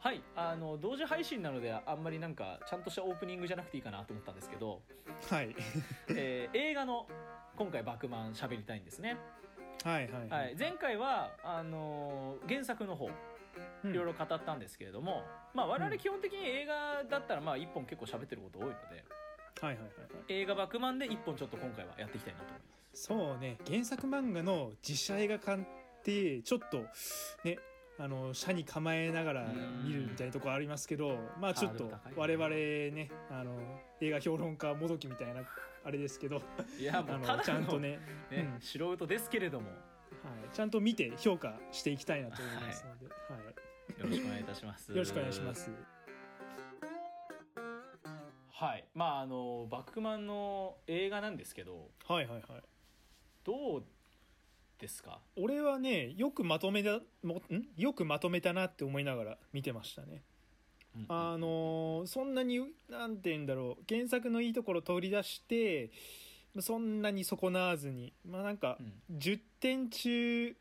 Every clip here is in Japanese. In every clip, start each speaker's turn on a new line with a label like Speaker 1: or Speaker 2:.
Speaker 1: はいあの同時配信なのであんまりなんかちゃんとしたオープニングじゃなくていいかなと思ったんですけ ど、
Speaker 2: はい、
Speaker 1: えー映画の今回「バクマン」喋りたいんですね、
Speaker 2: はいはい
Speaker 1: はい、前回はあのー原作の方
Speaker 2: うん
Speaker 1: いろいろ語ったんですけれども、まあ我々基本的に映画だったらまあ1本結構喋ってること多いので
Speaker 2: はいはいはいはい
Speaker 1: 映画「バクマン」で1本ちょっと今回はやっていきたいなと思います
Speaker 2: そうね原作漫画の実写映画館ってちょっとねあの社に構えながら見るみたいなとこありますけどまあちょっと
Speaker 1: ハードル高
Speaker 2: 我
Speaker 1: い
Speaker 2: 々ねあの映画評論家もどきみたいなあれですけど
Speaker 1: いや
Speaker 2: あ
Speaker 1: もうただ
Speaker 2: の
Speaker 1: の
Speaker 2: ちゃんとね
Speaker 1: ね
Speaker 2: うん
Speaker 1: 素人ですけれどもよ
Speaker 2: はい、ちゃんと見て評価していきたいなと思いますので、はい
Speaker 1: ろしくお願いいたします
Speaker 2: よろしくお願いします。
Speaker 1: はいまああの「バクマン」の映画なんですけど
Speaker 2: はいはいはい
Speaker 1: どうですか
Speaker 2: 俺はねよくまとめたもんよくまとめたなって思いながら見てましたねあのーそんなになんて言うんだろう原作のいいところ取り出してそんなに損なわずにまあなんか
Speaker 1: うん
Speaker 2: 10点中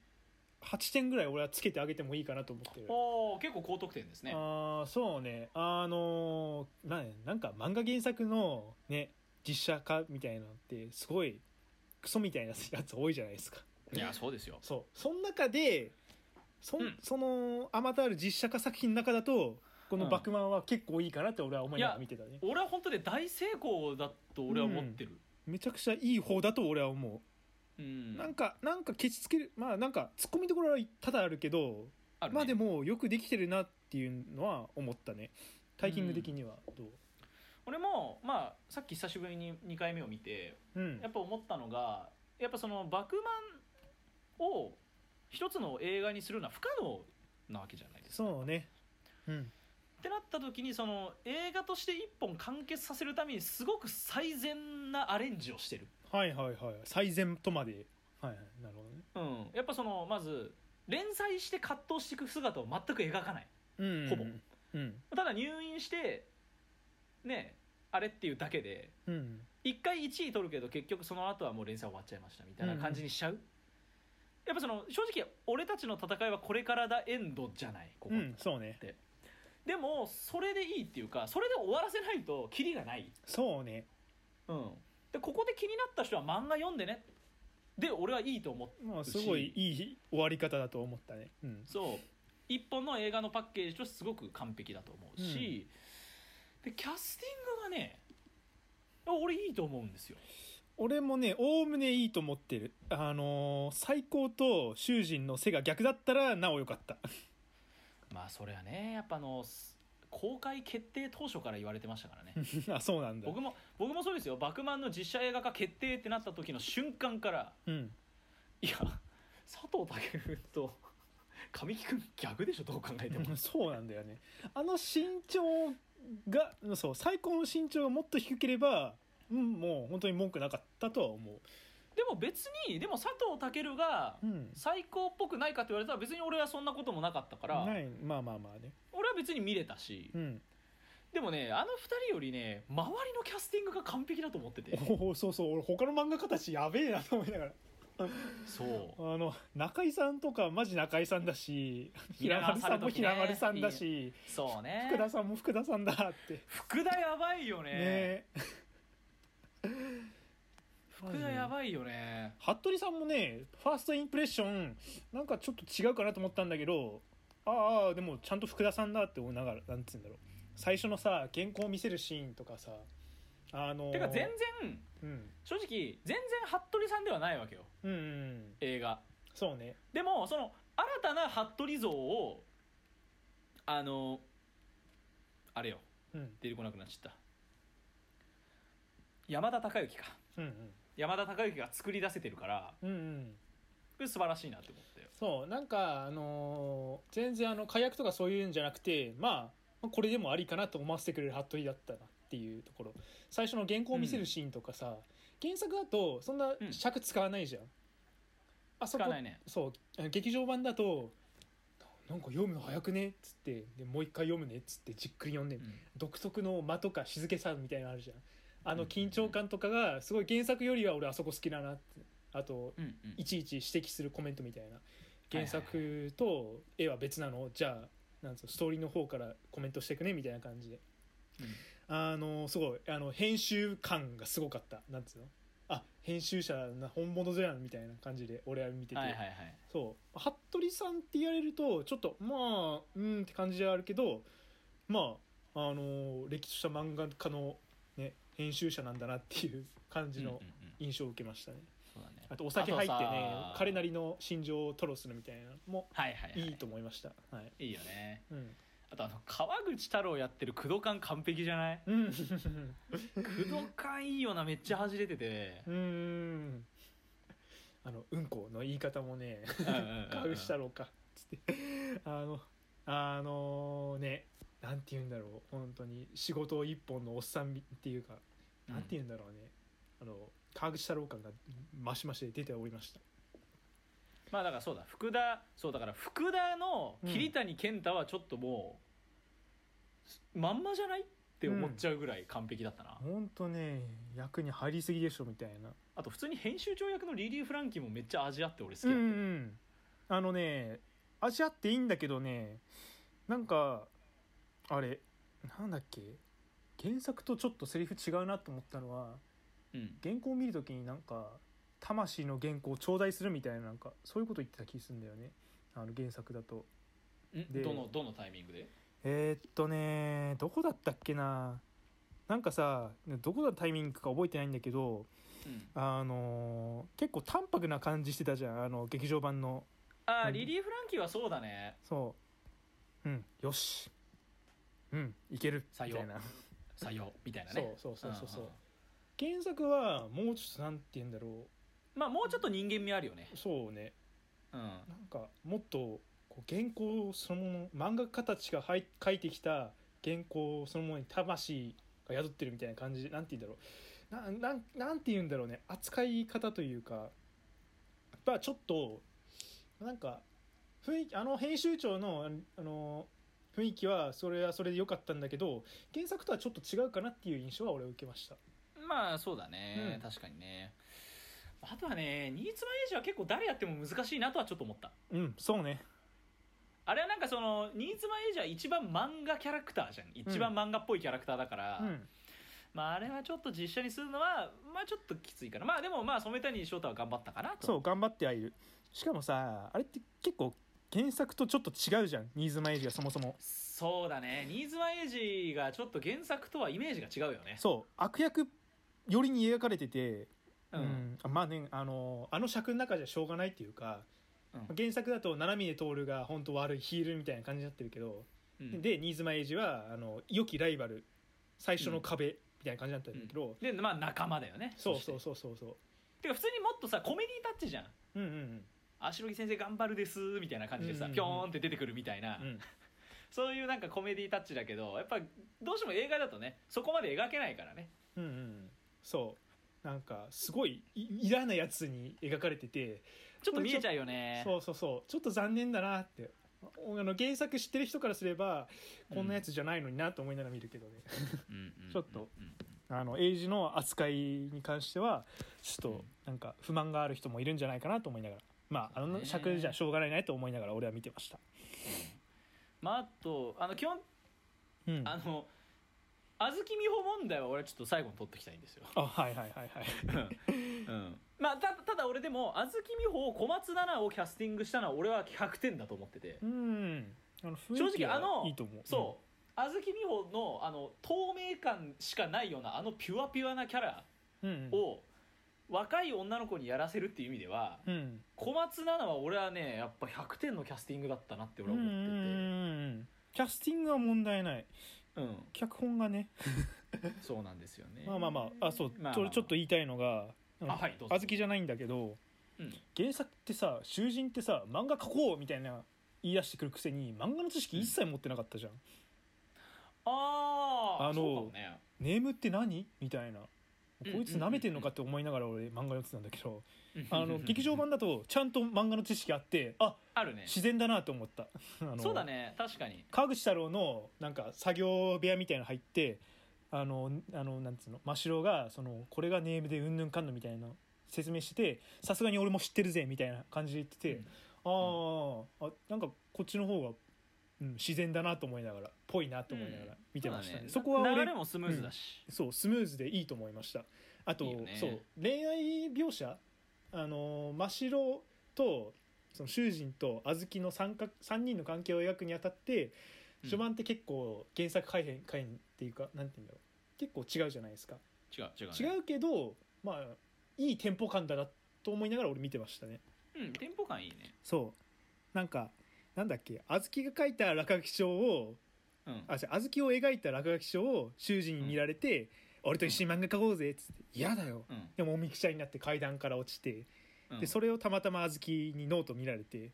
Speaker 2: 8点ぐらい俺はつけてあげてもいいかなと思ってる
Speaker 1: おー結構高得点ですね
Speaker 2: ああそうねあのーななんか漫画原作のね実写化みたいなのってすごいクソみたいなやつ多いじゃないですか
Speaker 1: いやそうですよ
Speaker 2: そうその中でそ,、
Speaker 1: うん
Speaker 2: そのアマタール実写化作品の中だとこ
Speaker 1: う
Speaker 2: の「
Speaker 1: ん
Speaker 2: バクマン」は結構いいかなって俺は思いながら見てたね
Speaker 1: 俺は本当に大成功だと俺は思ってる
Speaker 2: めちゃくちゃいい方だと俺は思
Speaker 1: うん、
Speaker 2: うなんかなんかケチつけるまあなんかツッコミどころは多々あるけど
Speaker 1: あるね
Speaker 2: まあでもよくできてるなっていうのは思ったねタイキング的にはどう
Speaker 1: 俺もまあさっき久しぶりに2回目を見て
Speaker 2: うん
Speaker 1: やっぱ思ったのがやっぱその「バクマン」を一つの映画にするのは不可能なわけじゃないですか
Speaker 2: そうねうん
Speaker 1: ってなった時にその映画として一本完結させるためにすごく最善なアレンジをしてる、
Speaker 2: はいはいはい最善とまではいはいなるほどね
Speaker 1: うん、やっぱそのまず連載して葛藤していく姿を全く描かない
Speaker 2: うん
Speaker 1: ほぼ
Speaker 2: うん
Speaker 1: ただ入院してねあれっていうだけで
Speaker 2: うん
Speaker 1: 1回1位取るけど結局その後はもう連載終わっちゃいましたみたいな感じにしちゃう、やっぱその正直俺たちの戦いはこれからだエンドじゃないここ、
Speaker 2: うんそうね
Speaker 1: でもそれでいいっていうかそれで終わらせないとキリがない、
Speaker 2: そうね
Speaker 1: うん、でここで気になった人は漫画読んでねで俺はいいと思って
Speaker 2: まあすごいいい終わり方だと思ったねうん
Speaker 1: そう一本の映画のパッケージとしてすごく完璧だと思うし、でキャスティングがね俺いいと思うんですよ
Speaker 2: 俺もね、おおむねいいと思ってる。あのー、最高と囚人の背が逆だったら、なおよかった。
Speaker 1: まあそれはねやっぱあのす公開決定当初から言われてましたからね
Speaker 2: あ、そうなんだ。
Speaker 1: 僕も僕もそうですよ「バクマン」の実写映画化決定ってなった時の瞬間から
Speaker 2: うん。
Speaker 1: いや佐藤健と神木君ギャグでしょどう考えても
Speaker 2: そうなんだよね。あの身長が、そう、最高の身長がもっと低ければ、うん、もう本当に文句なかったとは思う。
Speaker 1: でも別にでも佐藤健が
Speaker 2: うん。
Speaker 1: 最高っぽくないかって言われたら別に俺はそんなこともなかったから
Speaker 2: ない、まあまあまあね。
Speaker 1: 俺は別に見れたし
Speaker 2: うん。
Speaker 1: でもねあの2人よりね周りのキャスティングが完璧だと思ってて
Speaker 2: おお、そうそう、俺他の漫画家たちやべえなと思いながら。
Speaker 1: そう
Speaker 2: あの、中井さんとかマジ中井さんだし、
Speaker 1: 平
Speaker 2: 平
Speaker 1: 丸
Speaker 2: 丸
Speaker 1: さ
Speaker 2: さ
Speaker 1: ん
Speaker 2: ん
Speaker 1: の
Speaker 2: も
Speaker 1: 時ね
Speaker 2: 平丸さんだし、
Speaker 1: そうね
Speaker 2: 福田さんも福田さんだって。
Speaker 1: 福田やばいよね
Speaker 2: ねえ
Speaker 1: 福田やばいよね
Speaker 2: 服部さんもねファーストインプレッションなんかちょっと違うかなと思ったんだけどああでもちゃんと福田さんだって思いながらなんつうんだろう最初のさ原稿を見せるシーンとかさあのー
Speaker 1: てか全然
Speaker 2: うん
Speaker 1: 正直全然服部さんではないわけよ
Speaker 2: うんうん
Speaker 1: 映画
Speaker 2: そうね
Speaker 1: でもその新たな服部像をあのあれよ
Speaker 2: うん
Speaker 1: 出てこなくなっちゃった山田孝之か
Speaker 2: うんうん
Speaker 1: 山田孝之が作り出せてるから
Speaker 2: うんうん
Speaker 1: これ素晴らしいなって思ったよ
Speaker 2: そうなんかあのー全然あの火薬とかそういうんじゃなくてまあこれでもありかなと思わせてくれる服部だったなっていうところ最初の原稿を見せるシーンとかさ、原作だとそんな
Speaker 1: うん
Speaker 2: 尺使わないじゃん、あそ
Speaker 1: 使
Speaker 2: こ
Speaker 1: わないね
Speaker 2: そうあの劇場版だと「ななんか読むの早くね」っつってでもう一回読むねっつってじっくり読んで、
Speaker 1: うん
Speaker 2: 独特の間とか静けさみたいなのあるじゃんあの緊張感とかがすごい原作よりは俺あそこ好きだなってあと
Speaker 1: うんうん
Speaker 2: いちいち指摘するコメントみたいな原作と絵は別なのじゃあなんつうのストーリーの方からコメントしていくねみたいな感じで
Speaker 1: うん
Speaker 2: あのすごいあの編集感がすごかったなんつうのあ編集者な本物じゃんみたいな感じで俺は見てて、
Speaker 1: はいはいはい
Speaker 2: そう服部さんって言われるとちょっとまあうんって感じではあるけどまああのー歴史した漫画家の、ね、編集者なんだなっていう感じ
Speaker 1: うん
Speaker 2: の
Speaker 1: うんうん
Speaker 2: 印象を受けましたね、
Speaker 1: そうだね
Speaker 2: あとお酒入ってね
Speaker 1: あとさ
Speaker 2: 彼なりの心情を吐露するみたいなのも
Speaker 1: はいはい、はい、
Speaker 2: いいと思いましたはい、
Speaker 1: いいよね
Speaker 2: うん
Speaker 1: あとあの川口太郎やってる工藤館完璧じゃない
Speaker 2: うん う
Speaker 1: 工藤館いいよなめっちゃ恥じれてて
Speaker 2: ーんあのうんこの言い方もね川口太
Speaker 1: 郎
Speaker 2: 郎かつってあのあのねなんて言うんだろう本当に仕事一本のおっさんみっていうか、なんて言うんだろうねあの川口太郎感がマシマシで出ておりました
Speaker 1: まあだからそうだ福田そうだから福田の桐谷健太はちょっともう、まんまじゃないって思っちゃうぐらい完璧だったな、
Speaker 2: 本当ね役に入りすぎでしょみたいな
Speaker 1: あと普通に編集長役のリリー・フランキーもめっちゃ味あって俺好き
Speaker 2: うん
Speaker 1: だ
Speaker 2: う
Speaker 1: った、
Speaker 2: んあのね味あっていいんだけどねなんかあれなんだっけ原作とちょっとセリフ違うなと思ったのは
Speaker 1: うん
Speaker 2: 原稿を見るときになんか魂の原稿を頂戴するみたいななんかそういうこと言ってた気するんだよねあの原作だと
Speaker 1: ん
Speaker 2: で
Speaker 1: どのどのタイミングで
Speaker 2: えーっとねどこだったっけななんかさどこのタイミングか覚えてないんだけど
Speaker 1: うん
Speaker 2: あのー結構淡白な感じしてたじゃんあの劇場版の
Speaker 1: あ
Speaker 2: う
Speaker 1: ー
Speaker 2: ん
Speaker 1: リリー・フランキーはそうだね
Speaker 2: そううんよしうんいける
Speaker 1: 採
Speaker 2: み
Speaker 1: 用
Speaker 2: たいな
Speaker 1: 採用みたいな
Speaker 2: そう
Speaker 1: ね
Speaker 2: そうそうそうそうん
Speaker 1: ん
Speaker 2: 原作はもうちょっとなんて言うんだろ
Speaker 1: まあもうちょっと人間味あるよね
Speaker 2: うそうね
Speaker 1: うん
Speaker 2: なんかもっとこう原稿そのもの漫画家たちがはい書いてきた原稿そのものに魂が宿ってるみたいな感じでなんて言うんだろうななんなんて言うんだろうね扱い方というかまあちょっとなんか雰囲気あの編集長のあのあの雰囲気はそれはそれで良かったんだけど原作とはちょっと違うかなっていう印象は俺は受けました。
Speaker 1: まあそうだね、
Speaker 2: うん
Speaker 1: 確かにねあとはね新妻英二は結構誰やっても難しいなとはちょっと思った
Speaker 2: うんそうね
Speaker 1: あれはなんかその新妻英二は一番漫画キャラクターじゃん一番漫画っぽいキャラクターだから、
Speaker 2: うん
Speaker 1: まああれはちょっと実写にするのはまあちょっときついかなまあでもまあ染谷翔太は頑張ったかなと
Speaker 2: そう頑張ってはいるしかもさあれって結構原作とちょっと違うじゃん新妻エイジはそもそも
Speaker 1: そうだね新妻英二がちょっと原作とはイメージが違うよね
Speaker 2: そう悪役よりに描かれてて、
Speaker 1: うん、
Speaker 2: あまあねあのあの尺の中じゃしょうがないっていうか、
Speaker 1: うん
Speaker 2: 原作だと七峰徹が本当悪いヒールみたいな感じになってるけど、
Speaker 1: うん
Speaker 2: で新妻エイジはあの良きライバル最初の壁みたいな感じになってるけど、
Speaker 1: でまあ仲間だよね
Speaker 2: そうそ
Speaker 1: そ
Speaker 2: う
Speaker 1: して
Speaker 2: そうそうそう
Speaker 1: てか普通にもっとさコメディタッチじゃん
Speaker 2: うんうん
Speaker 1: あしろぎ先生頑張るですみたいな感じでさ、
Speaker 2: うんうんうん
Speaker 1: ピョーンって出てくるみたいな、
Speaker 2: うんうん
Speaker 1: そういうなんかコメディタッチだけどやっぱどうしても映画だとねそこまで描けないからね
Speaker 2: うんうんそうなんかすごいい嫌なやつに描かれてて
Speaker 1: ちょっと見えちゃうよね
Speaker 2: そうそうそうちょっと残念だなっておあの原作知ってる人からすればこんなやつじゃないのになと思いながら見るけどね、
Speaker 1: うんうんうんうん
Speaker 2: ちょっとあのエイジの扱いに関してはちょっとなんか不満がある人もいるんじゃないかなと思いながらまああの
Speaker 1: そうね
Speaker 2: 尺じゃしょうがないなと思いながら俺は見てました、
Speaker 1: まああとあの基本
Speaker 2: うん、
Speaker 1: あ
Speaker 2: あ
Speaker 1: の小豆美穂問題は俺はちょっと最後に取ってきたいん ですよ、
Speaker 2: はいはいはいはい
Speaker 1: うん、まあたただ俺でも小豆美穂を小松菜奈をキャスティングしたのは俺は100点だと思ってて、
Speaker 2: うんあの雰囲
Speaker 1: 正
Speaker 2: 気
Speaker 1: 直あ
Speaker 2: は
Speaker 1: の
Speaker 2: いいと思う
Speaker 1: そう小豆美穂のあの透明感しかないようなあのピュアピュアなキャラ
Speaker 2: うん、うんうん
Speaker 1: を若い女の子にやらせるっていう意味では
Speaker 2: うん
Speaker 1: 小松菜奈は俺はねやっぱ100点のキャスティングだったなって
Speaker 2: うんう
Speaker 1: 俺
Speaker 2: ん
Speaker 1: は
Speaker 2: う
Speaker 1: 思ってて
Speaker 2: んうんキャスティングは問題ない
Speaker 1: うん
Speaker 2: 脚本がね
Speaker 1: そうなんですよね
Speaker 2: まあまあまああそう、
Speaker 1: まあまあまあ
Speaker 2: それちょっと言いたいのが
Speaker 1: あはいどうぞ
Speaker 2: 小豆じゃないんだけど
Speaker 1: うん
Speaker 2: 原作ってさ囚人ってさ漫画描こうみたいな言い出してくるくせに漫画の知識一切持ってなかったじゃん、
Speaker 1: ああ
Speaker 2: あの
Speaker 1: そうかもね
Speaker 2: ネームって何みたいな
Speaker 1: うん
Speaker 2: こいつ舐めてんのかって思いながら俺漫画読んでたんだけど あの劇場
Speaker 1: 版
Speaker 2: 版だとちゃんと漫画の知識あってあ
Speaker 1: あるね
Speaker 2: 自然だなと思ったあの
Speaker 1: そうだね確かに
Speaker 2: 川口太郎のなんか作業部屋みたいなの入ってあのあのなんつうの真城がそのこれがネームでうんぬんかんぬんみたいな説明しててさすがに俺も知ってるぜみたいな感じで言ってて、
Speaker 1: うん
Speaker 2: あーあなんかこっちの方がうん、自然だなと思いながらぽいなと思いながら見てましたね,、
Speaker 1: そうだ
Speaker 2: そこは
Speaker 1: 流
Speaker 2: 俺
Speaker 1: れもスムーズだし、
Speaker 2: そうスムーズでいいと思いましたあと
Speaker 1: いいよね
Speaker 2: そう恋愛描写あのー真白とその囚人と小豆の三角三人の関係を描くにあたって
Speaker 1: うん
Speaker 2: 序盤って結構原作改変改変っていうかなんて言うんだろう結構違うじゃないですか
Speaker 1: 違う違う、ね、
Speaker 2: 違うけどまあいいテンポ感だなと思いながら俺見てましたね
Speaker 1: うんテンポ感いいね
Speaker 2: そうなんかなんだっけ小豆が書いた落書き帳を
Speaker 1: うん
Speaker 2: あ、じゃ小豆を描いた落書き書を囚人に見られて、俺と一緒に漫画描こうぜっつって「嫌だよ
Speaker 1: う」
Speaker 2: でもみくちゃになって階段から落ちて、
Speaker 1: ん、
Speaker 2: でそれをたまたま小豆にノート見られて
Speaker 1: うん、うん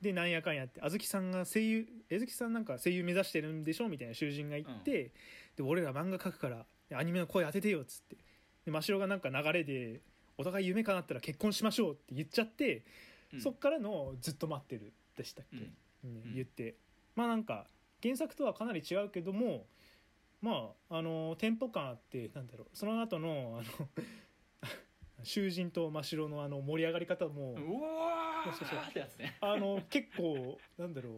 Speaker 2: でなんやかんやって小豆さんが声優小豆さんなんか声優目指してるんでしょみたいな囚人が言って、で俺ら漫画描くからアニメの声当ててよっつってで真白がなんか流れで「お互い夢叶ったら結婚しましょう」って言っちゃって、
Speaker 1: うん、
Speaker 2: そっからの「ずっと待ってる」でしたっけ、
Speaker 1: うん
Speaker 2: ね
Speaker 1: うん
Speaker 2: 言って、まあなんか原作とはかなり違うけどもまああのテンポ感あってなんだろうその後のあの囚人と真白のあの盛り上がり方も、
Speaker 1: うわ
Speaker 2: そうそうそう
Speaker 1: ーってやつね
Speaker 2: あの結構なんだろ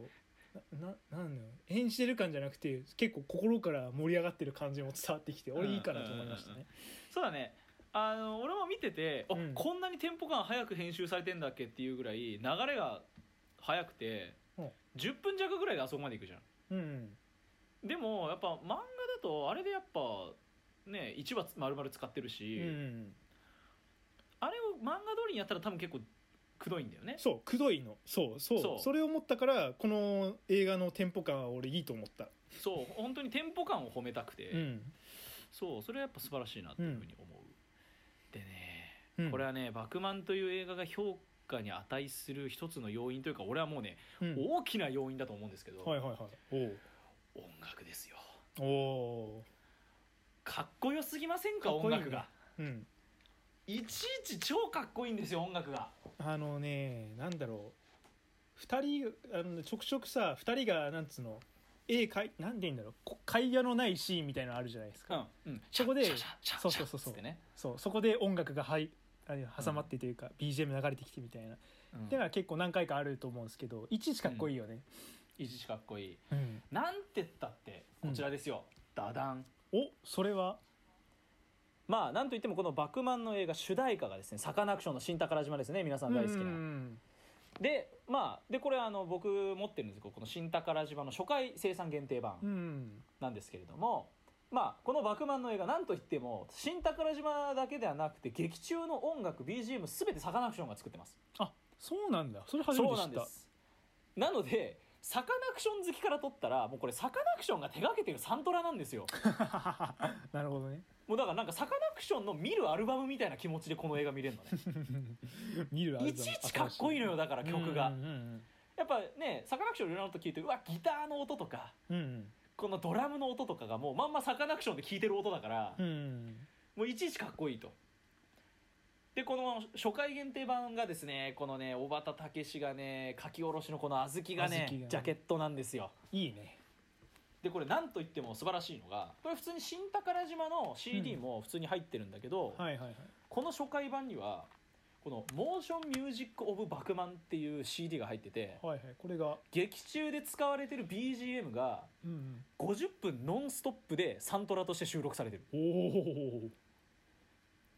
Speaker 2: うなななんだろう演じてる感じゃなくて結構心から盛り上がってる感じも伝わってきて俺いいかなと思いましたね。
Speaker 1: そうだねあの俺も見てて、あ
Speaker 2: うん
Speaker 1: こんなにテンポ感早く編集されてんだっけっていうぐらい流れが早くて、
Speaker 2: うん
Speaker 1: 10分弱ぐらいであそこまで行くじゃん
Speaker 2: うん
Speaker 1: でもやっぱ漫画だとあれでやっぱね1話丸々使ってる
Speaker 2: う
Speaker 1: し、
Speaker 2: ん、
Speaker 1: あれを漫画通りにやったら多分結構くどいんだよね
Speaker 2: そうくどいのそうそう
Speaker 1: そ
Speaker 2: そうれを思ったからこの映画のテンポ感は俺いいと思った、
Speaker 1: そう本当にテンポ感を褒めたくて、
Speaker 2: うん
Speaker 1: そうそれはやっぱ素晴らしいなっていうふうに思う、でね
Speaker 2: うん、
Speaker 1: これはね「バクマン」という映画が評価に値する一つの要因というか俺はもうね、
Speaker 2: うん、
Speaker 1: 大きな要因だと思うんですけど、
Speaker 2: はいはいはい
Speaker 1: 音楽ですよ
Speaker 2: おうお
Speaker 1: かっこよすぎませんか
Speaker 2: かっこいい
Speaker 1: 音楽
Speaker 2: ね
Speaker 1: が
Speaker 2: ううん
Speaker 1: いちいち超かっこいいんですよ音楽が
Speaker 2: あのねなんだろう2人あのちょくちょくさ2人がなんつうの絵かいなんて言うんだろうこ会話のないシーンみたいなのあるじゃないですか、
Speaker 1: うん、うん、
Speaker 2: そこで
Speaker 1: シャッシャッシャッシャッシャッ
Speaker 2: そうそうそうそう
Speaker 1: つってね、
Speaker 2: そうそこで音楽が入あれ挟まってというか、BGM 流れてきてみたいな
Speaker 1: うん
Speaker 2: だから結構何回かあると思うんですけどいちいちかっこいいよね、
Speaker 1: いちいちかっこいい
Speaker 2: うん
Speaker 1: なんてったってこちらですよ、ダダン
Speaker 2: おそれは
Speaker 1: まあなんといってもこの「バクマン」の映画主題歌がですねサカナクションの新宝島ですね皆さん大好きな、
Speaker 2: うん
Speaker 1: でまあでこれあの僕持ってるんですけどこの新宝島の初回生産限定
Speaker 2: う
Speaker 1: 版
Speaker 2: ん
Speaker 1: なんですけれども、まあこの「バクマン」の映画なんといっても新宝島だけではなくて劇中の音楽 BGM 全てサカナクションが作ってます
Speaker 2: あそうなんだそれ初め
Speaker 1: そう
Speaker 2: て知
Speaker 1: な
Speaker 2: っ
Speaker 1: んで
Speaker 2: た
Speaker 1: すなのでサカナクション好きから取ったらもうこれサカナクションが手掛けてるサントラなんですよ
Speaker 2: なるほどね
Speaker 1: もうだからなんかサカナクションの見るアルバムみたいな気持ちでこの映画見れるの ね
Speaker 2: 見るアルバム
Speaker 1: いちいちかっこいいのよだから曲が、
Speaker 2: うんうん
Speaker 1: やっぱねサカナクションいろんなと聞いてうわギターの音とか
Speaker 2: うんうん
Speaker 1: このドラムの音とかがもうまんまサカナクションで聴いてる音だから、
Speaker 2: うんうん
Speaker 1: もういちいちかっこいいとでこの初回限定版がですねこのね小畑武史がね書き下ろしのこの小豆がね
Speaker 2: 小豆がね
Speaker 1: ジャケットなんですよ
Speaker 2: いいね
Speaker 1: でこれなんといっても素晴らしいのがこれ普通に新宝島の CD も普通に入ってるんだけど、
Speaker 2: はいはいはい
Speaker 1: この初回版にはこの「モーションミュージック・オブ・バクマン」っていう CD が入ってて
Speaker 2: はいはいこれが
Speaker 1: 劇中で使われてる BGM が
Speaker 2: うん
Speaker 1: 50分ノンストップでサントラとして収録されてる
Speaker 2: おお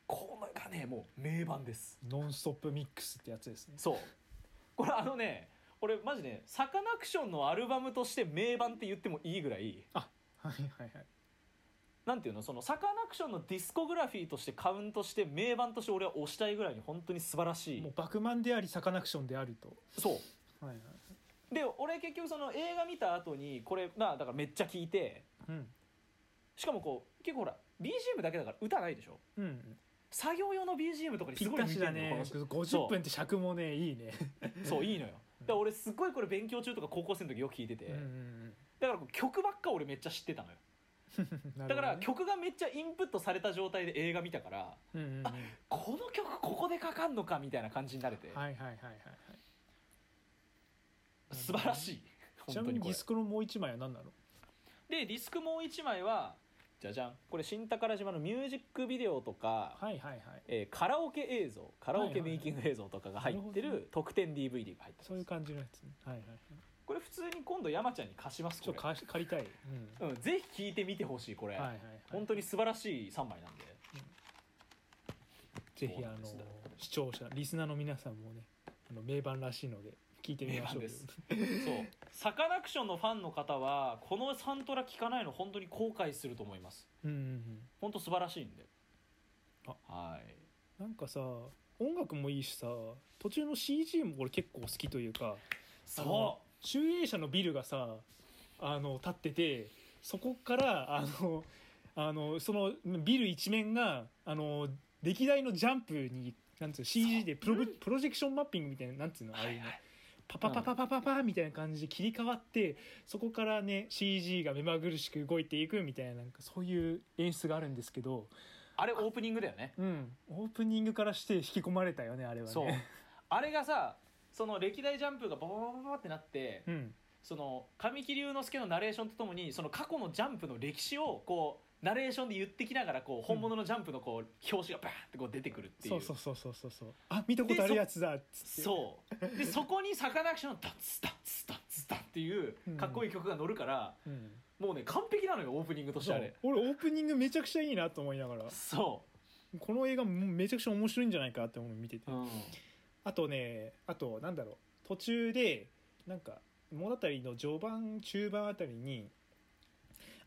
Speaker 1: これがねもう名盤です
Speaker 2: ノンストップミックスってやつですね
Speaker 1: そうこれあのね俺マジねサカナクションのアルバムとして名盤って言ってもいいぐらい
Speaker 2: はいはいはい
Speaker 1: なんていうのそのサカナクションのディスコグラフィーとしてカウントして名盤として俺は推したいぐらいに本当に素晴らし
Speaker 2: もう
Speaker 1: い
Speaker 2: バクマンでありサカナクションであると
Speaker 1: そ
Speaker 2: はいはいう
Speaker 1: で俺結局その映画見た後にこれまあだからめっちゃ聞いて
Speaker 2: うん
Speaker 1: しかもこう結構ほら BGM だけだから歌ないでしょ
Speaker 2: うん
Speaker 1: 作業用の BGM とかに
Speaker 2: ぴ
Speaker 1: す
Speaker 2: っ
Speaker 1: ごい
Speaker 2: た
Speaker 1: 似て
Speaker 2: し
Speaker 1: る
Speaker 2: だ
Speaker 1: のこ
Speaker 2: ね
Speaker 1: の
Speaker 2: 50分って尺もねいいね
Speaker 1: そういいのよだから俺すごいこれ勉強中とか高校生の時よく聞いてて、
Speaker 2: うんうん
Speaker 1: だからこう曲ばっか俺めっちゃ知ってたのよ
Speaker 2: うんな
Speaker 1: だから
Speaker 2: るほ
Speaker 1: 曲がめっちゃインプットされた状態で映画見たから
Speaker 2: どねうんうんうんはい
Speaker 1: この曲ここでかかんのかみたいな感じになれて、
Speaker 2: はいはいはいはい
Speaker 1: 素晴らしい
Speaker 2: ちな
Speaker 1: 本当
Speaker 2: みに
Speaker 1: にこ
Speaker 2: ディ
Speaker 1: れ
Speaker 2: スクのもう一枚は何なの
Speaker 1: でディスクもう一枚はじゃじゃんこれ新宝島のミュージックビデオとか、
Speaker 2: はいはいはい
Speaker 1: えーカラオケ映像カラオケメイキング映像とかが入って
Speaker 2: はいはいなるほど
Speaker 1: る特典 DVD が入ってます、
Speaker 2: そういう感じのやつねはいはいはい
Speaker 1: これ普通に今度山ちゃんに貸します
Speaker 2: ち
Speaker 1: こ
Speaker 2: ょっ
Speaker 1: れ
Speaker 2: と貸し借りたい、うん
Speaker 1: うん、ぜひ聞いてみてほしいこれ、
Speaker 2: はいはいはい
Speaker 1: 本当に素晴らしい3枚なんで
Speaker 2: ぜひあ
Speaker 1: そうなん
Speaker 2: の
Speaker 1: ですね
Speaker 2: 視聴者リスナーの皆さんもねあの名盤らしいので聞いてみましょう
Speaker 1: 名盤ですそうサカナクションのファンの方はこのサントラ聞かないの本当に後悔すると思います
Speaker 2: うんうんうん
Speaker 1: 本当素晴らしいんで
Speaker 2: あ
Speaker 1: はい
Speaker 2: なんかさ音楽もいいしさ途中の CG も俺結構好きというか
Speaker 1: そ
Speaker 2: 集英社のビルがさあの立っててそこからあのあのそのビル一面があの歴代のジャンプになんつうの CG でプロブプロジェクションマッピングみたいななんつうの
Speaker 1: う
Speaker 2: ああいうの
Speaker 1: はいはい
Speaker 2: パパパパパパパみたいな感じで切り替わってそこからね CG が目まぐるしく動いていくみたいななんかそういう演出があるんですけど、
Speaker 1: あれオープニングだよね
Speaker 2: うん、オープニングからして引き込まれたよねあれはね。
Speaker 1: そうあれがさその歴代ジャンプがババババババってなって、
Speaker 2: うん
Speaker 1: その神木隆之介のナレーションとともにその過去のジャンプの歴史をこうナレーションで言ってきながらこう本物のジャンプのこう表紙がバーンってこう出てくるっていう
Speaker 2: そうそうそうそうそうそうあ見たことあるやつだっつって
Speaker 1: そうでそこにサカナクションのダッツダッツダッツダッっていうかっこいい曲が乗るから、
Speaker 2: う、ん、
Speaker 1: もうね完璧なのよオープニングとしてあれ
Speaker 2: そう俺オープニングめちゃくちゃいいなと思いながら
Speaker 1: そ
Speaker 2: この映画もめちゃくちゃ面白いんじゃないかって思う見てて
Speaker 1: う、うん、
Speaker 2: あとねあとなんだろう途中でなんか物語の序盤中盤あたりに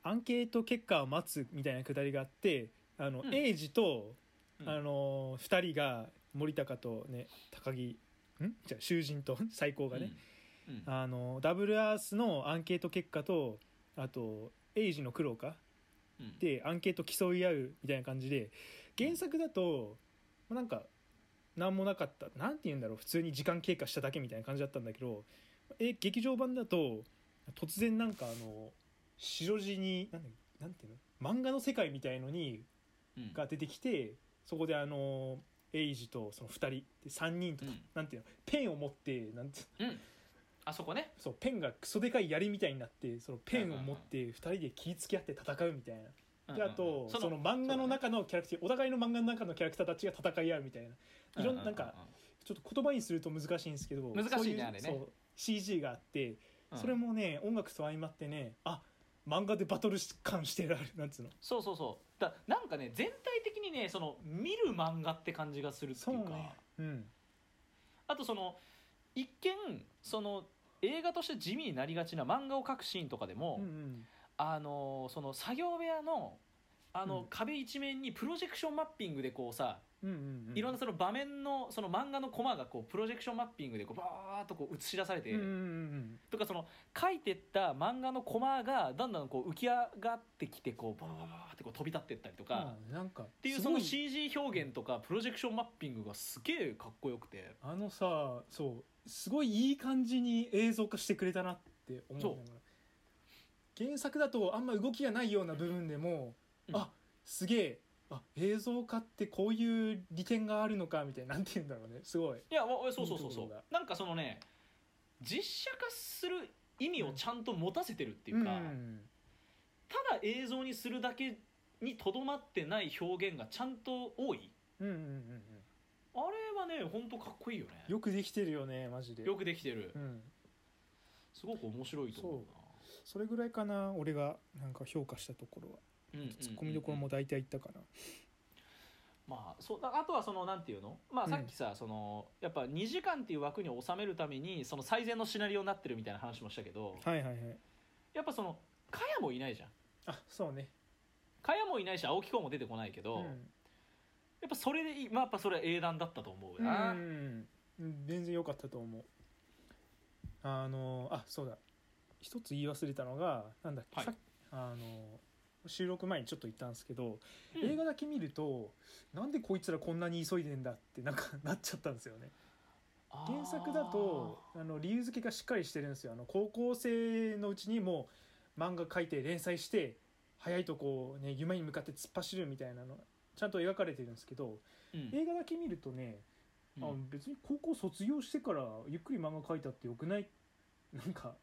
Speaker 2: アンケート結果を待つみたいなくだりがあってあの、
Speaker 1: うん
Speaker 2: 英二と、
Speaker 1: うん
Speaker 2: あの2人が森高とね高木んじゃあ囚人と 最高がね、
Speaker 1: うん、うん
Speaker 2: あのダブルアースのアンケート結果とあとエイジの苦労か
Speaker 1: うん
Speaker 2: でアンケート競い合うみたいな感じで原作だとまあなんか何もなかったなんて言うんだろう普通に時間経過しただけみたいな感じだったんだけどえ劇場版だと突然なんかあの白地になんだなんていうの漫画の世界みたいのに
Speaker 1: うん
Speaker 2: が出てきてそこであのエイジとその2人で3人と、
Speaker 1: うん
Speaker 2: なんていうのペンを持ってなんて
Speaker 1: うんあそこね
Speaker 2: そうペンがクソでかい槍みたいになってそのペンを持って2人で気付き合って戦うみたいな。であ
Speaker 1: うんうんう
Speaker 2: と
Speaker 1: ん
Speaker 2: その漫画の中のキャラクターお互いの漫画の中のキャラクターたちが戦い合うみたいないろんななんか、ちょっと言葉にすると難しいんですけど
Speaker 1: 難しいね
Speaker 2: そうう
Speaker 1: あれね
Speaker 2: そう CG があって
Speaker 1: うん
Speaker 2: それもね音楽と相まってねあ漫画でバトル感してられるなんつうの
Speaker 1: そうそうそうだなんかね全体的にねその見る漫画って感じがするって
Speaker 2: そう
Speaker 1: いうか
Speaker 2: ねうん
Speaker 1: あとその一見その映画として地味になりがちな漫画を描くシーンとかでも、
Speaker 2: うんうん
Speaker 1: あのその作業部屋のあの、
Speaker 2: うん
Speaker 1: 壁一面にプロジェクションマッピングでこうさ、
Speaker 2: うんうんうん
Speaker 1: いろんなその場面のその漫画のコマがこうプロジェクションマッピングでこうバーッとこう映し出されて、
Speaker 2: うんうんうん
Speaker 1: とかその書いてった漫画のコマがだんだんこう浮き上がってきてこうバーッてこう飛び立ってったりとか、っ
Speaker 2: うんなんかって
Speaker 1: いうその CG 表現とかプロジェクションマッピングがすげえかっこよくて
Speaker 2: あのさそうすごいいい感じに映像化してくれたなって思う
Speaker 1: そうん
Speaker 2: だから原作だとあんま動きがないような部分でも、
Speaker 1: うん
Speaker 2: あすげえあ映像化ってこういう利点があるのかみたいななんて言うんだろうねすごい
Speaker 1: いやわそうそうそう
Speaker 2: いいと
Speaker 1: そ
Speaker 2: ころが
Speaker 1: うなんかそのね実写化する意味をちゃんと持たせてるっていうか、
Speaker 2: ん
Speaker 1: ただ映像にするだけにとどまってない表現がちゃんと多い
Speaker 2: うんうんうんうん
Speaker 1: あれはね本当かっこいいよね
Speaker 2: よくできてるよねマジで
Speaker 1: よくできてる
Speaker 2: うん、
Speaker 1: すごく面白いと思
Speaker 2: それぐらいかな俺がなんか評価したところは
Speaker 1: うな
Speaker 2: ツッコミどころも
Speaker 1: だ
Speaker 2: 大体いったかな
Speaker 1: まあそうだあとはそのなんていうのまあさっきさ、そのやっぱ2時間っていう枠に収めるためにその最善のシナリオになってるみたいな話もしたけど
Speaker 2: はいはいはい
Speaker 1: やっぱそのカヤもいないじゃん
Speaker 2: あそうね
Speaker 1: カヤもいないし青木子も出てこないけど、
Speaker 2: う
Speaker 1: や
Speaker 2: ん
Speaker 1: っぱそれでいいまあやっぱそれは英断だったと思うな、
Speaker 2: うんうん全然良かったと思うあのあそうだ一つ言い忘れたのがなんだっけ、
Speaker 1: はい
Speaker 2: さっあの収録前にちょっと言ったんですけど、
Speaker 1: うん
Speaker 2: 映画だけ見るとなんでこいつらこんなに急いでんだってなんか なっちゃったんですよね
Speaker 1: あー
Speaker 2: 原作だとあの理由付けがしっかりしてるんですよあの高校生のうちにもう漫画書いて連載して早いとこうね夢に向かって突っ走るみたいなのちゃんと描かれてるんですけど、
Speaker 1: うん
Speaker 2: 映画だけ見るとね
Speaker 1: うん
Speaker 2: あ別に高校卒業してからゆっくり漫画描いたってよくない なんか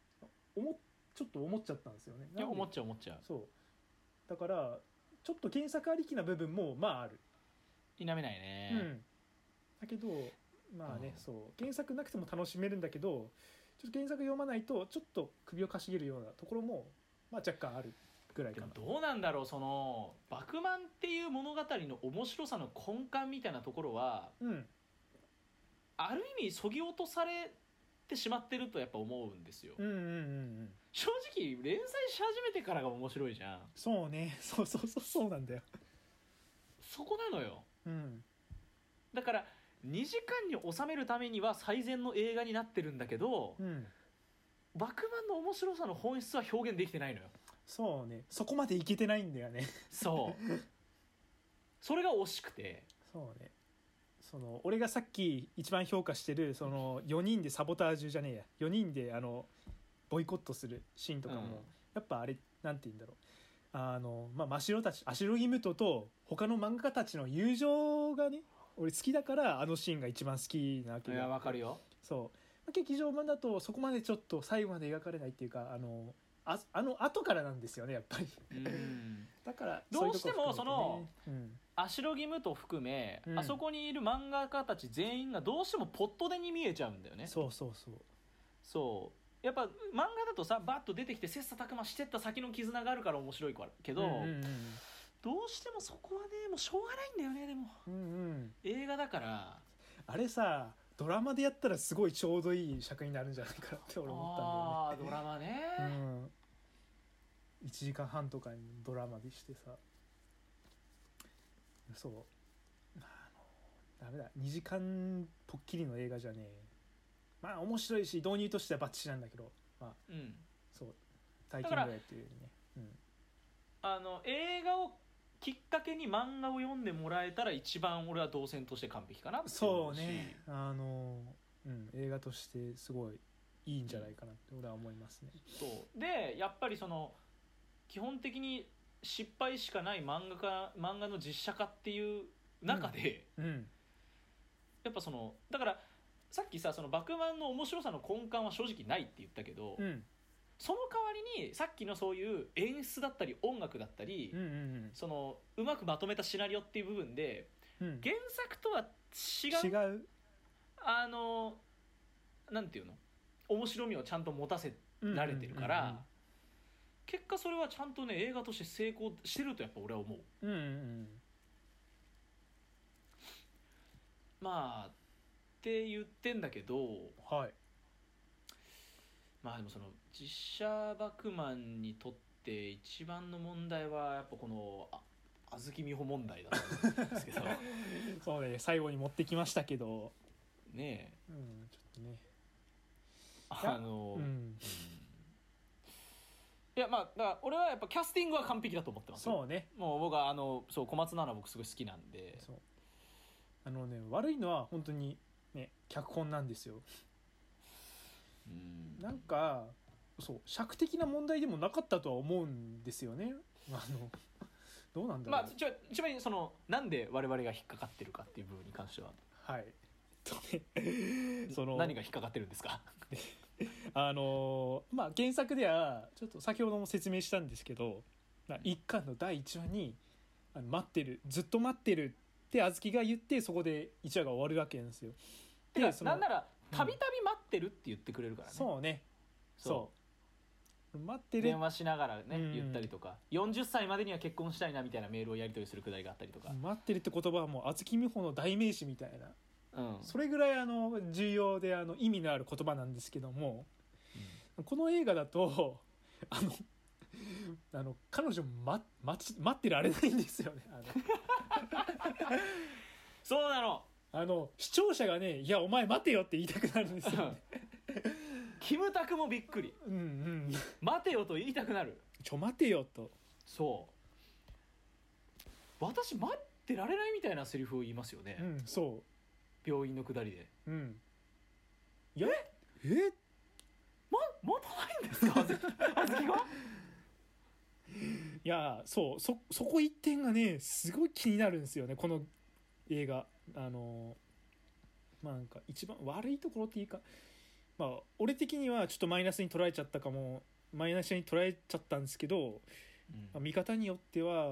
Speaker 2: 思っちょっと思っちゃったんですよね
Speaker 1: いや
Speaker 2: なんで
Speaker 1: 思っちゃう思っちゃう
Speaker 2: そうだからちょっと原作ありきな部分もまあある、
Speaker 1: 否めないうね、
Speaker 2: んだけどまあね、
Speaker 1: うん
Speaker 2: そう原作なくても楽しめるんだけどちょっと原作読まないとちょっと首をかしげるようなところも、まあ、若干あるぐらい
Speaker 1: で
Speaker 2: か
Speaker 1: も
Speaker 2: な
Speaker 1: どうなんだろうその「バクマン」っていう物語の面白さの根幹みたいなところは
Speaker 2: うん
Speaker 1: ある意味そぎ落とされてしまってるとやっぱ思うんですよ、
Speaker 2: うんうんうんうん
Speaker 1: 正直連載し始めてからが面白いじゃん
Speaker 2: そうねそうそうそうそうなんだよ
Speaker 1: そこなのよ
Speaker 2: うん
Speaker 1: だから2時間に収めるためには最善の映画になってるんだけど
Speaker 2: うん
Speaker 1: 「バクマン」の面白さの本質は表現できてないのよ
Speaker 2: そうねそこまでいけてないんだよね
Speaker 1: そう それが惜しくて
Speaker 2: そうねその俺がさっき一番評価してるその4人でサボタージュじゃねえや4人であのボイコットするシーンとかも、
Speaker 1: うん
Speaker 2: やっぱあれなんて言うんだろうあのまあ真白たちアシロギムトと他の漫画家たちの友情がね俺好きだからあのシーンが一番好きなわ
Speaker 1: い
Speaker 2: け
Speaker 1: や
Speaker 2: よ
Speaker 1: わかるよ
Speaker 2: そうまあ劇場版だとそこまでちょっと最後まで描かれないっていうかあのああの後からなんですよねやっぱり
Speaker 1: うん
Speaker 2: だから
Speaker 1: どうしても
Speaker 2: そいとこ含めてね
Speaker 1: アシロギムと含め、
Speaker 2: うん
Speaker 1: あそこにいる漫画家たち全員がどうしてもポットでに見えちゃうんだよ
Speaker 2: う
Speaker 1: ね
Speaker 2: ん、そうそうそう
Speaker 1: そうやっぱ漫画だとさバッと出てきて切磋琢磨してった先の絆があるから面白いからけど、
Speaker 2: うんうん
Speaker 1: どうしてもそこはねもうしょうがないんだよねでも
Speaker 2: うんうんうん
Speaker 1: 映画だから
Speaker 2: あれさドラマでやったらすごいちょうどいい尺になるんじゃないかなって俺思
Speaker 1: あードラマね、
Speaker 2: ったんだよね、うん、1時間半とかにドラマでしてさそうあのダメだ2時間ぽっきりの映画じゃねえまあ面白いし導入としてはバッチリなんだけどまあ
Speaker 1: うん、
Speaker 2: そう体験ぐらいっていうよりねうん
Speaker 1: あの映画をきっかけに漫画を読んでもらえたら一番俺は動線として完璧かなって思
Speaker 2: そうう
Speaker 1: し
Speaker 2: ねあのうん映画としてすごいいいんじゃないかなって俺は思いますね
Speaker 1: そうでやっぱりその基本的に失敗しかない漫画家漫画の実写化っていう中で、
Speaker 2: うん
Speaker 1: やっぱそのだからさっきさその「バクマン」の面白さの根幹は正直ないって言ったけど、
Speaker 2: うん
Speaker 1: その代わりにさっきのそういう演出だったり音楽だったり、
Speaker 2: うんうん
Speaker 1: そのうまくまとめたシナリオっていう部分で
Speaker 2: うん
Speaker 1: 原作とは違
Speaker 2: 違
Speaker 1: う
Speaker 2: う
Speaker 1: あのなんていうの面白みをちゃんと持たせ
Speaker 2: うん
Speaker 1: られてるから、結果それはちゃんとね映画として成功してるとやっぱ俺は思う
Speaker 2: うんうんうん
Speaker 1: まあって言ってんだけど
Speaker 2: はい
Speaker 1: まあでもその実写バクマンにとって一番の問題はやっぱこのあ小豆美穂問題だと思うんですけ ど
Speaker 2: そうね最後に持ってきましたけど
Speaker 1: ねえ
Speaker 2: うんちょっとねや
Speaker 1: あの、
Speaker 2: う
Speaker 1: うん
Speaker 2: ん
Speaker 1: いやまあだから俺はやっぱキャスティングは完璧だと思ってますよ
Speaker 2: そうね
Speaker 1: もう僕はあのそう小松菜奈僕すごい好きなんで
Speaker 2: そうあのね悪いのは本当にね脚本なんですよ
Speaker 1: うん
Speaker 2: なんかそう尺的な問題でもなかったとは思うんですよねあのどうなんだろ
Speaker 1: ま
Speaker 2: う、
Speaker 1: あちょちなみにそのなんで我々が引っかかってるかっていう部分に関しては
Speaker 2: はい。とねその
Speaker 1: 何が引っかかってるんですか
Speaker 2: あのーまあ原作ではちょっと先ほども説明したんですけど、まあ
Speaker 1: うん
Speaker 2: 一巻の第1話に「あの待ってるずっと待ってる」ってあずきが言ってそこで1話が終わるわけなんですよ。
Speaker 1: てかなんなら
Speaker 2: うん
Speaker 1: たびたび待ってるって言ってくれるからね
Speaker 2: そうね
Speaker 1: そ
Speaker 2: そう待ってる
Speaker 1: 電話しながらね
Speaker 2: うん
Speaker 1: 言ったりとか40歳までには結婚したいなみたいなメールをやり取りするくだりがあったりとか
Speaker 2: 待ってるって言葉はもうあずき美穂の代名詞みたいな
Speaker 1: うん
Speaker 2: それぐらいあの重要であの意味のある言葉なんですけどもこの映画だとあのあの彼女、ま、待ち待ってられないんですよねあの
Speaker 1: そうなの
Speaker 2: あの視聴者がね「いやお前待てよ」って言いたくなるんですよ、ね、
Speaker 1: キムタクもびっくり
Speaker 2: うんうん
Speaker 1: 待てよと言いたくなる
Speaker 2: ちょ待てよと
Speaker 1: そう私待ってられないみたいなセリフを言いますよね、
Speaker 2: うんそ
Speaker 1: 病院のくだりで
Speaker 2: ううんいやえ
Speaker 1: ま待たないんですかあずきあず きが
Speaker 2: いやそうそそこ一点がねすごい気になるんですよねこの映画あのまあなんか一番悪いところっていうかまあ俺的にはちょっとマイナスに捉えちゃったかもマイナスに捉えちゃったんですけどまあ見方によっては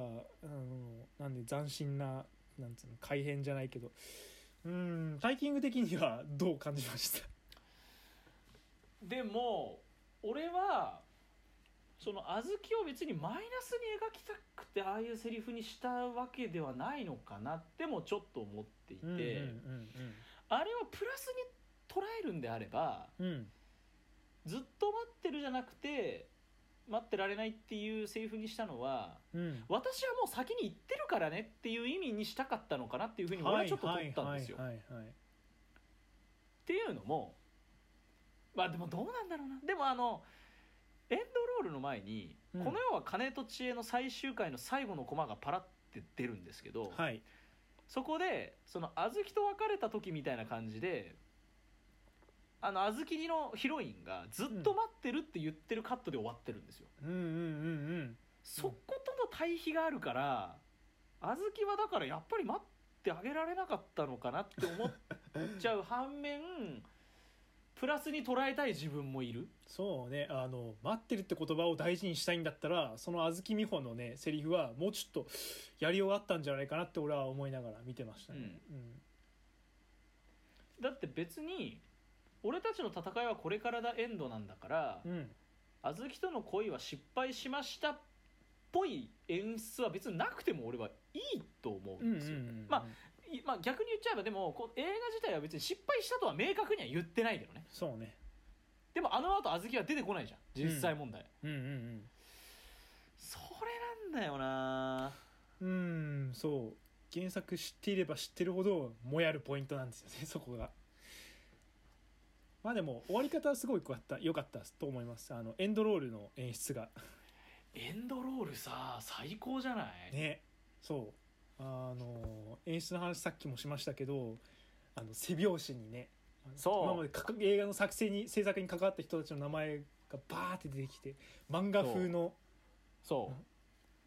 Speaker 2: あのなんで斬新ななんつうの改変じゃないけどうーんタイキング的にはどう感じました
Speaker 1: でも俺はその小豆を別にマイナスに描きたくてああいうセリフにしたわけではないのかなってもちょっと思っていて、
Speaker 2: うんうんうん
Speaker 1: あれはプラスに捉えるんであれば
Speaker 2: うんうん
Speaker 1: ずっと待ってるじゃなくて待ってられないっていうセリフにしたのは
Speaker 2: うん
Speaker 1: 私はもう先に行ってるからねっていう意味にしたかったのかなっていうふうに俺はちょっと取ったんですよ。
Speaker 2: はいはいはいはい
Speaker 1: っていうのもまあでもどうなんだろうなでもあのエンドロールの前に、
Speaker 2: うん
Speaker 1: この世は金と知恵」の最終回の最後のコマがパラって出るんですけど、
Speaker 2: はい
Speaker 1: そこでその小豆と別れた時みたいな感じであの小豆のヒロインがずっと待ってるって言ってるカットで終わってるんですよ。
Speaker 2: うんうんうん
Speaker 1: そことの対比があるから小豆はだからやっぱり待ってあげられなかったのかなって思っちゃう反面プラスに捉えたい自分もいる
Speaker 2: そうねあの「待ってる」って言葉を大事にしたいんだったらその小豆美穂のねセリフはもうちょっとやり終わったんじゃないかなって俺は思いながら見てましたね、うん
Speaker 1: だって別に俺たちの戦いはこれからだエンドなんだから
Speaker 2: うん
Speaker 1: 小豆との恋は失敗しましたっぽい演出は別になくても俺はいいと思う
Speaker 2: うん
Speaker 1: ん
Speaker 2: うん
Speaker 1: ですよ、
Speaker 2: うん
Speaker 1: まいまあ逆に言っちゃえばでもこう映画自体は別に失敗したとは明確には言ってないけどね
Speaker 2: そうね
Speaker 1: でもあの後小豆は出てこないじゃん実際問題、
Speaker 2: うんうん
Speaker 1: それなんだよな
Speaker 2: うんうんそう原作知っていれば知ってるほどもやるポイントなんですよね そこがまあでも終わり方はすごい良かった良かったと思いますあのエンドロールの演出が
Speaker 1: エンドロールさ最高じゃない、
Speaker 2: ねそうあの演出の話さっきもしましたけどあの背表紙にねあの
Speaker 1: そう
Speaker 2: 今までかか映画の作成に制作に関わった人たちの名前がバーって出てきて漫画風の
Speaker 1: そううん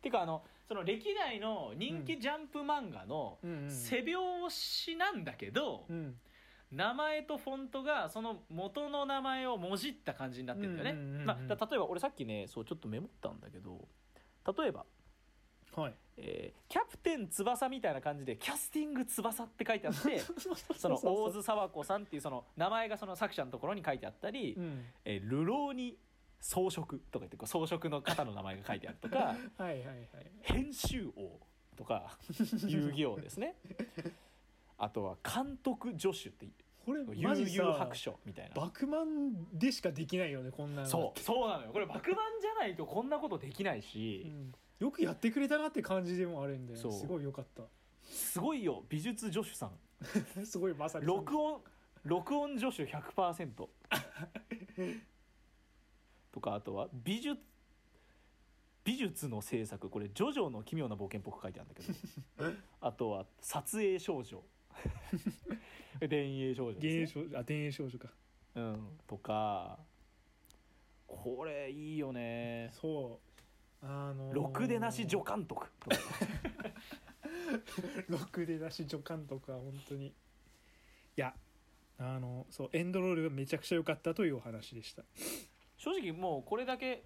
Speaker 1: てかあのその歴代の人気ジャンプ漫画の
Speaker 2: うんうん
Speaker 1: 背表紙なんだけど、
Speaker 2: うん
Speaker 1: 名前とフォントがその元の名前をもじった感じになってるんだよね、
Speaker 2: うんうんうんうん
Speaker 1: まあ、だ例えば俺さっきねそうちょっとメモったんだけど例えば、
Speaker 2: はい
Speaker 1: えーキャプテン翼」みたいな感じで「キャスティング翼」って書いて あってその大津佐和子さんっていうその名前がその作者のところに書いてあったり、
Speaker 2: うん
Speaker 1: えー流浪に装飾とか言ってこう装飾の方の名前が書いてあると か
Speaker 2: はいはいはい
Speaker 1: 編集王とか遊戯王です ねあとは監督助手って
Speaker 2: これ
Speaker 1: 悠
Speaker 2: マジ
Speaker 1: 々
Speaker 2: さ
Speaker 1: 白書みたいな
Speaker 2: バクマンでしかできないよねこんなの
Speaker 1: そうそうなのよこれ爆弾じゃないとこんなことできないうし、
Speaker 2: んよくやってくれたなって感じでもあるんだよ
Speaker 1: そう
Speaker 2: ねすごい良かった
Speaker 1: すごいよ美術助手さん
Speaker 2: すごいまさに
Speaker 1: 録音録音助手100% とかあとは美術美術の制作これ「ジョジョの奇妙な冒険」っぽく書いてあるんだけどあとは「撮影少 女」「田園少女
Speaker 2: 幻
Speaker 1: で
Speaker 2: 影
Speaker 1: すね」
Speaker 2: 少女あ幻影少女か
Speaker 1: うん、とかこれいいよね
Speaker 2: そう
Speaker 1: 「
Speaker 2: あのー
Speaker 1: ろくでなし助監督」とか
Speaker 2: ろくでなし助監督は本当にいやあのそうエンドロールがめちゃくちゃ良かったというお話でした
Speaker 1: 正直もうこれだけ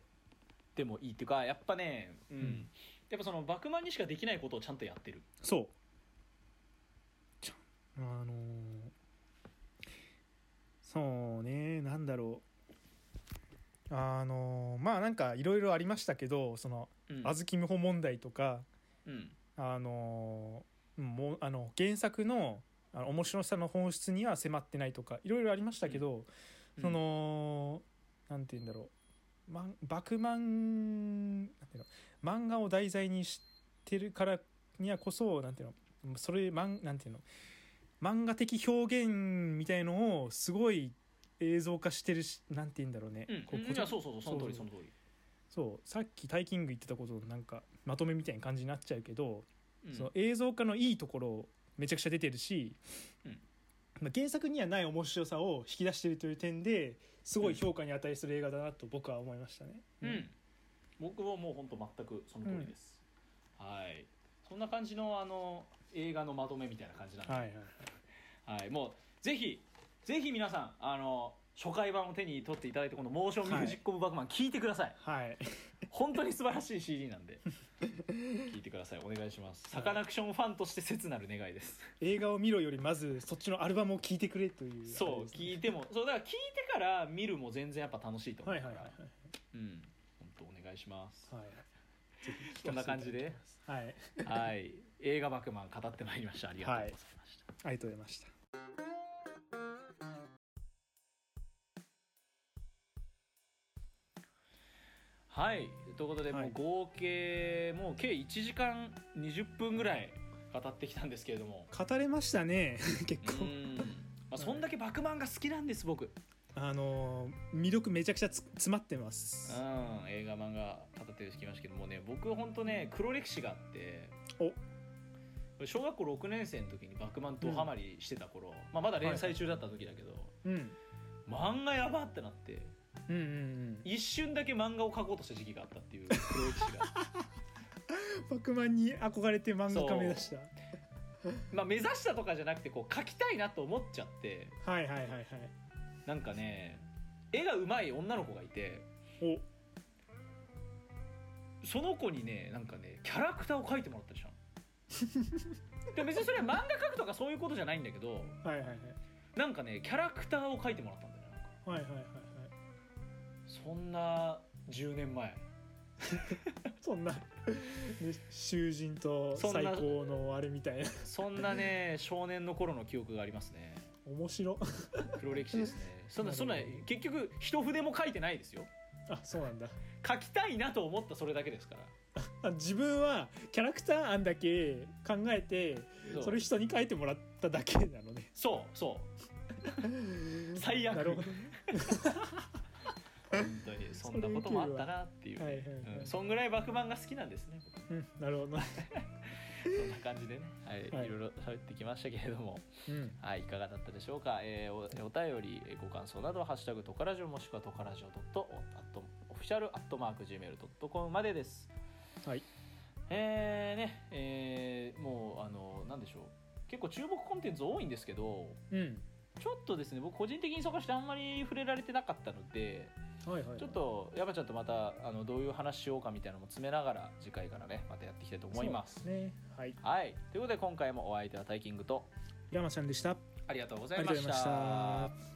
Speaker 1: でもいいっていうかやっぱね、うん
Speaker 2: うん
Speaker 1: やっぱそのバクマンにしかできないことをちゃんとやってる
Speaker 2: そうちゃんあのーそうねなんだろうあのーまあなんかいろいろありましたけどその
Speaker 1: うん
Speaker 2: 小豆無法問題とか、
Speaker 1: うん
Speaker 2: あのーもうあの原作のあの面白さの本質には迫ってないとかいろいろありましたけど、
Speaker 1: うん
Speaker 2: そのなんて言うんだろうマンバクマンなんていうの漫画を題材にしてるからにはこそなんていうのそれマンなんていうの漫画的表現みたいのをすごい映像化してるしなんて言うんだろうね、
Speaker 1: うん、
Speaker 2: こう
Speaker 1: うん
Speaker 2: こ
Speaker 1: いやそうそうそうその通りそ
Speaker 2: そうそう
Speaker 1: の通り、
Speaker 2: そうさっきタイキング言ってたことのなんかまとめみたいな感じになっちゃうけど、
Speaker 1: うん
Speaker 2: その映像化のいいところめちゃくちゃ出てるし、
Speaker 1: うん
Speaker 2: まあ、原作にはない面白さを引き出してるという点ですごい評価に値する映画だなと僕は思いましたね。
Speaker 1: うん僕はもう本当全くその通りです、はいそんな感じのあの映画のまとめみたいな感じなんで、
Speaker 2: はいはい、
Speaker 1: はいもうぜひぜひ皆さんあの初回版を手に取っていただいてこの「モーションミュージック・オブ・バクマン」聞いてください、
Speaker 2: はい、
Speaker 1: 本当に素晴らしい CD なんで 聞いてくださいお願いしますサカナクションファンとして切なる願いです
Speaker 2: 映画を見ろよりまずそっちのアルバムを聴いてくれという
Speaker 1: そ
Speaker 2: あれ
Speaker 1: う
Speaker 2: ですね
Speaker 1: 聞いてもそうだから聞いてから見るも全然やっぱ楽しいと思
Speaker 2: は
Speaker 1: う
Speaker 2: い
Speaker 1: から、
Speaker 2: はいはい
Speaker 1: うん本当お願いします
Speaker 2: はい
Speaker 1: そんな感じで
Speaker 2: はい
Speaker 1: はい映画「バクマン」語ってまいりましたありがとうございました、
Speaker 2: ありがとうございました
Speaker 1: はい、ということで、
Speaker 2: はい
Speaker 1: もう合計もう計1時間20分ぐらい語ってきたんですけれども
Speaker 2: 語れましたね結
Speaker 1: う
Speaker 2: 構
Speaker 1: ん、まあ、そんだけ「バクマン」が好きなんです僕、うん、
Speaker 2: あのー魅力めちゃくちゃつ詰まってます
Speaker 1: 映画漫画語ってきましたけどもうね僕本当ね黒歴史があって
Speaker 2: お
Speaker 1: 小学校6年生の時に「バクマン」ドハマりしてた頃、まあ、まだ連載中だった時だけど、
Speaker 2: うん
Speaker 1: 漫画やばってなって
Speaker 2: うんうんうん
Speaker 1: 一瞬だけ漫画を描こうとした時期があったっていう黒歴史が
Speaker 2: パクマンに憧れて漫画家目指した
Speaker 1: まあ目指したとかじゃなくてこう描きたいなと思っちゃって
Speaker 2: はいはいはいはい
Speaker 1: なんかね絵がうまい女の子がいて
Speaker 2: お
Speaker 1: その子にねなんかねキャラクターを描いてもらったりしたのでも別にそれは漫画描くとかそういうことじゃないんだけど
Speaker 2: はいはいはい
Speaker 1: なんかねキャラクターを描いてもらったんだよねなんか
Speaker 2: はいはいはいはい
Speaker 1: そんな10年前
Speaker 2: そんな、 ね、囚人と
Speaker 1: そんな
Speaker 2: 最高のあれみたいな
Speaker 1: そんなね少年の頃の記憶がありますね
Speaker 2: 面白
Speaker 1: 黒歴史ですねそんなそんな
Speaker 2: なるほど
Speaker 1: 結局一筆も描いてないですよ
Speaker 2: あそうなんだ
Speaker 1: 描きたいなと思ったそれだけですから
Speaker 2: あ自分はキャラクター案だけ考えて
Speaker 1: そう
Speaker 2: それ人に書いてもらっただけなのね
Speaker 1: そうそう 最悪
Speaker 2: なるほど
Speaker 1: 本当にそんなこともあったなっていうね、
Speaker 2: それいけるわはいはいはい
Speaker 1: うんそんぐらい爆漫が好きなんですね僕
Speaker 2: うんなるほど、
Speaker 1: そ んな感じでね、はい、
Speaker 2: はい
Speaker 1: いろいろ喋ってきましたけれども、
Speaker 2: うん、
Speaker 1: はい、いかがだったでしょうか。えーおお便り、えーご感想などはハッシュタグトカラジオもしくはトカラジオドットオフィシャルアットマーク gmail ドットコムまでです。
Speaker 2: はい
Speaker 1: えーね、えーもうあのなんでしょう。結構注目コンテンツ多いんですけど、
Speaker 2: うん
Speaker 1: ちょっとですね、僕個人的に忙しくてあんまり触れられてなかったので、
Speaker 2: はいはいはい
Speaker 1: ちょっと山ちゃんとまたあのどういう話しようかみたいなのも詰めながら次回からねまたやっていきたいと思います。
Speaker 2: そうですねはい
Speaker 1: はい、ということで今回もお相手はタイキングと
Speaker 2: 山ちゃんでした
Speaker 1: ありがとうござ
Speaker 2: あ
Speaker 1: い
Speaker 2: りが
Speaker 1: ま
Speaker 2: とうご
Speaker 1: し
Speaker 2: ざいましたた。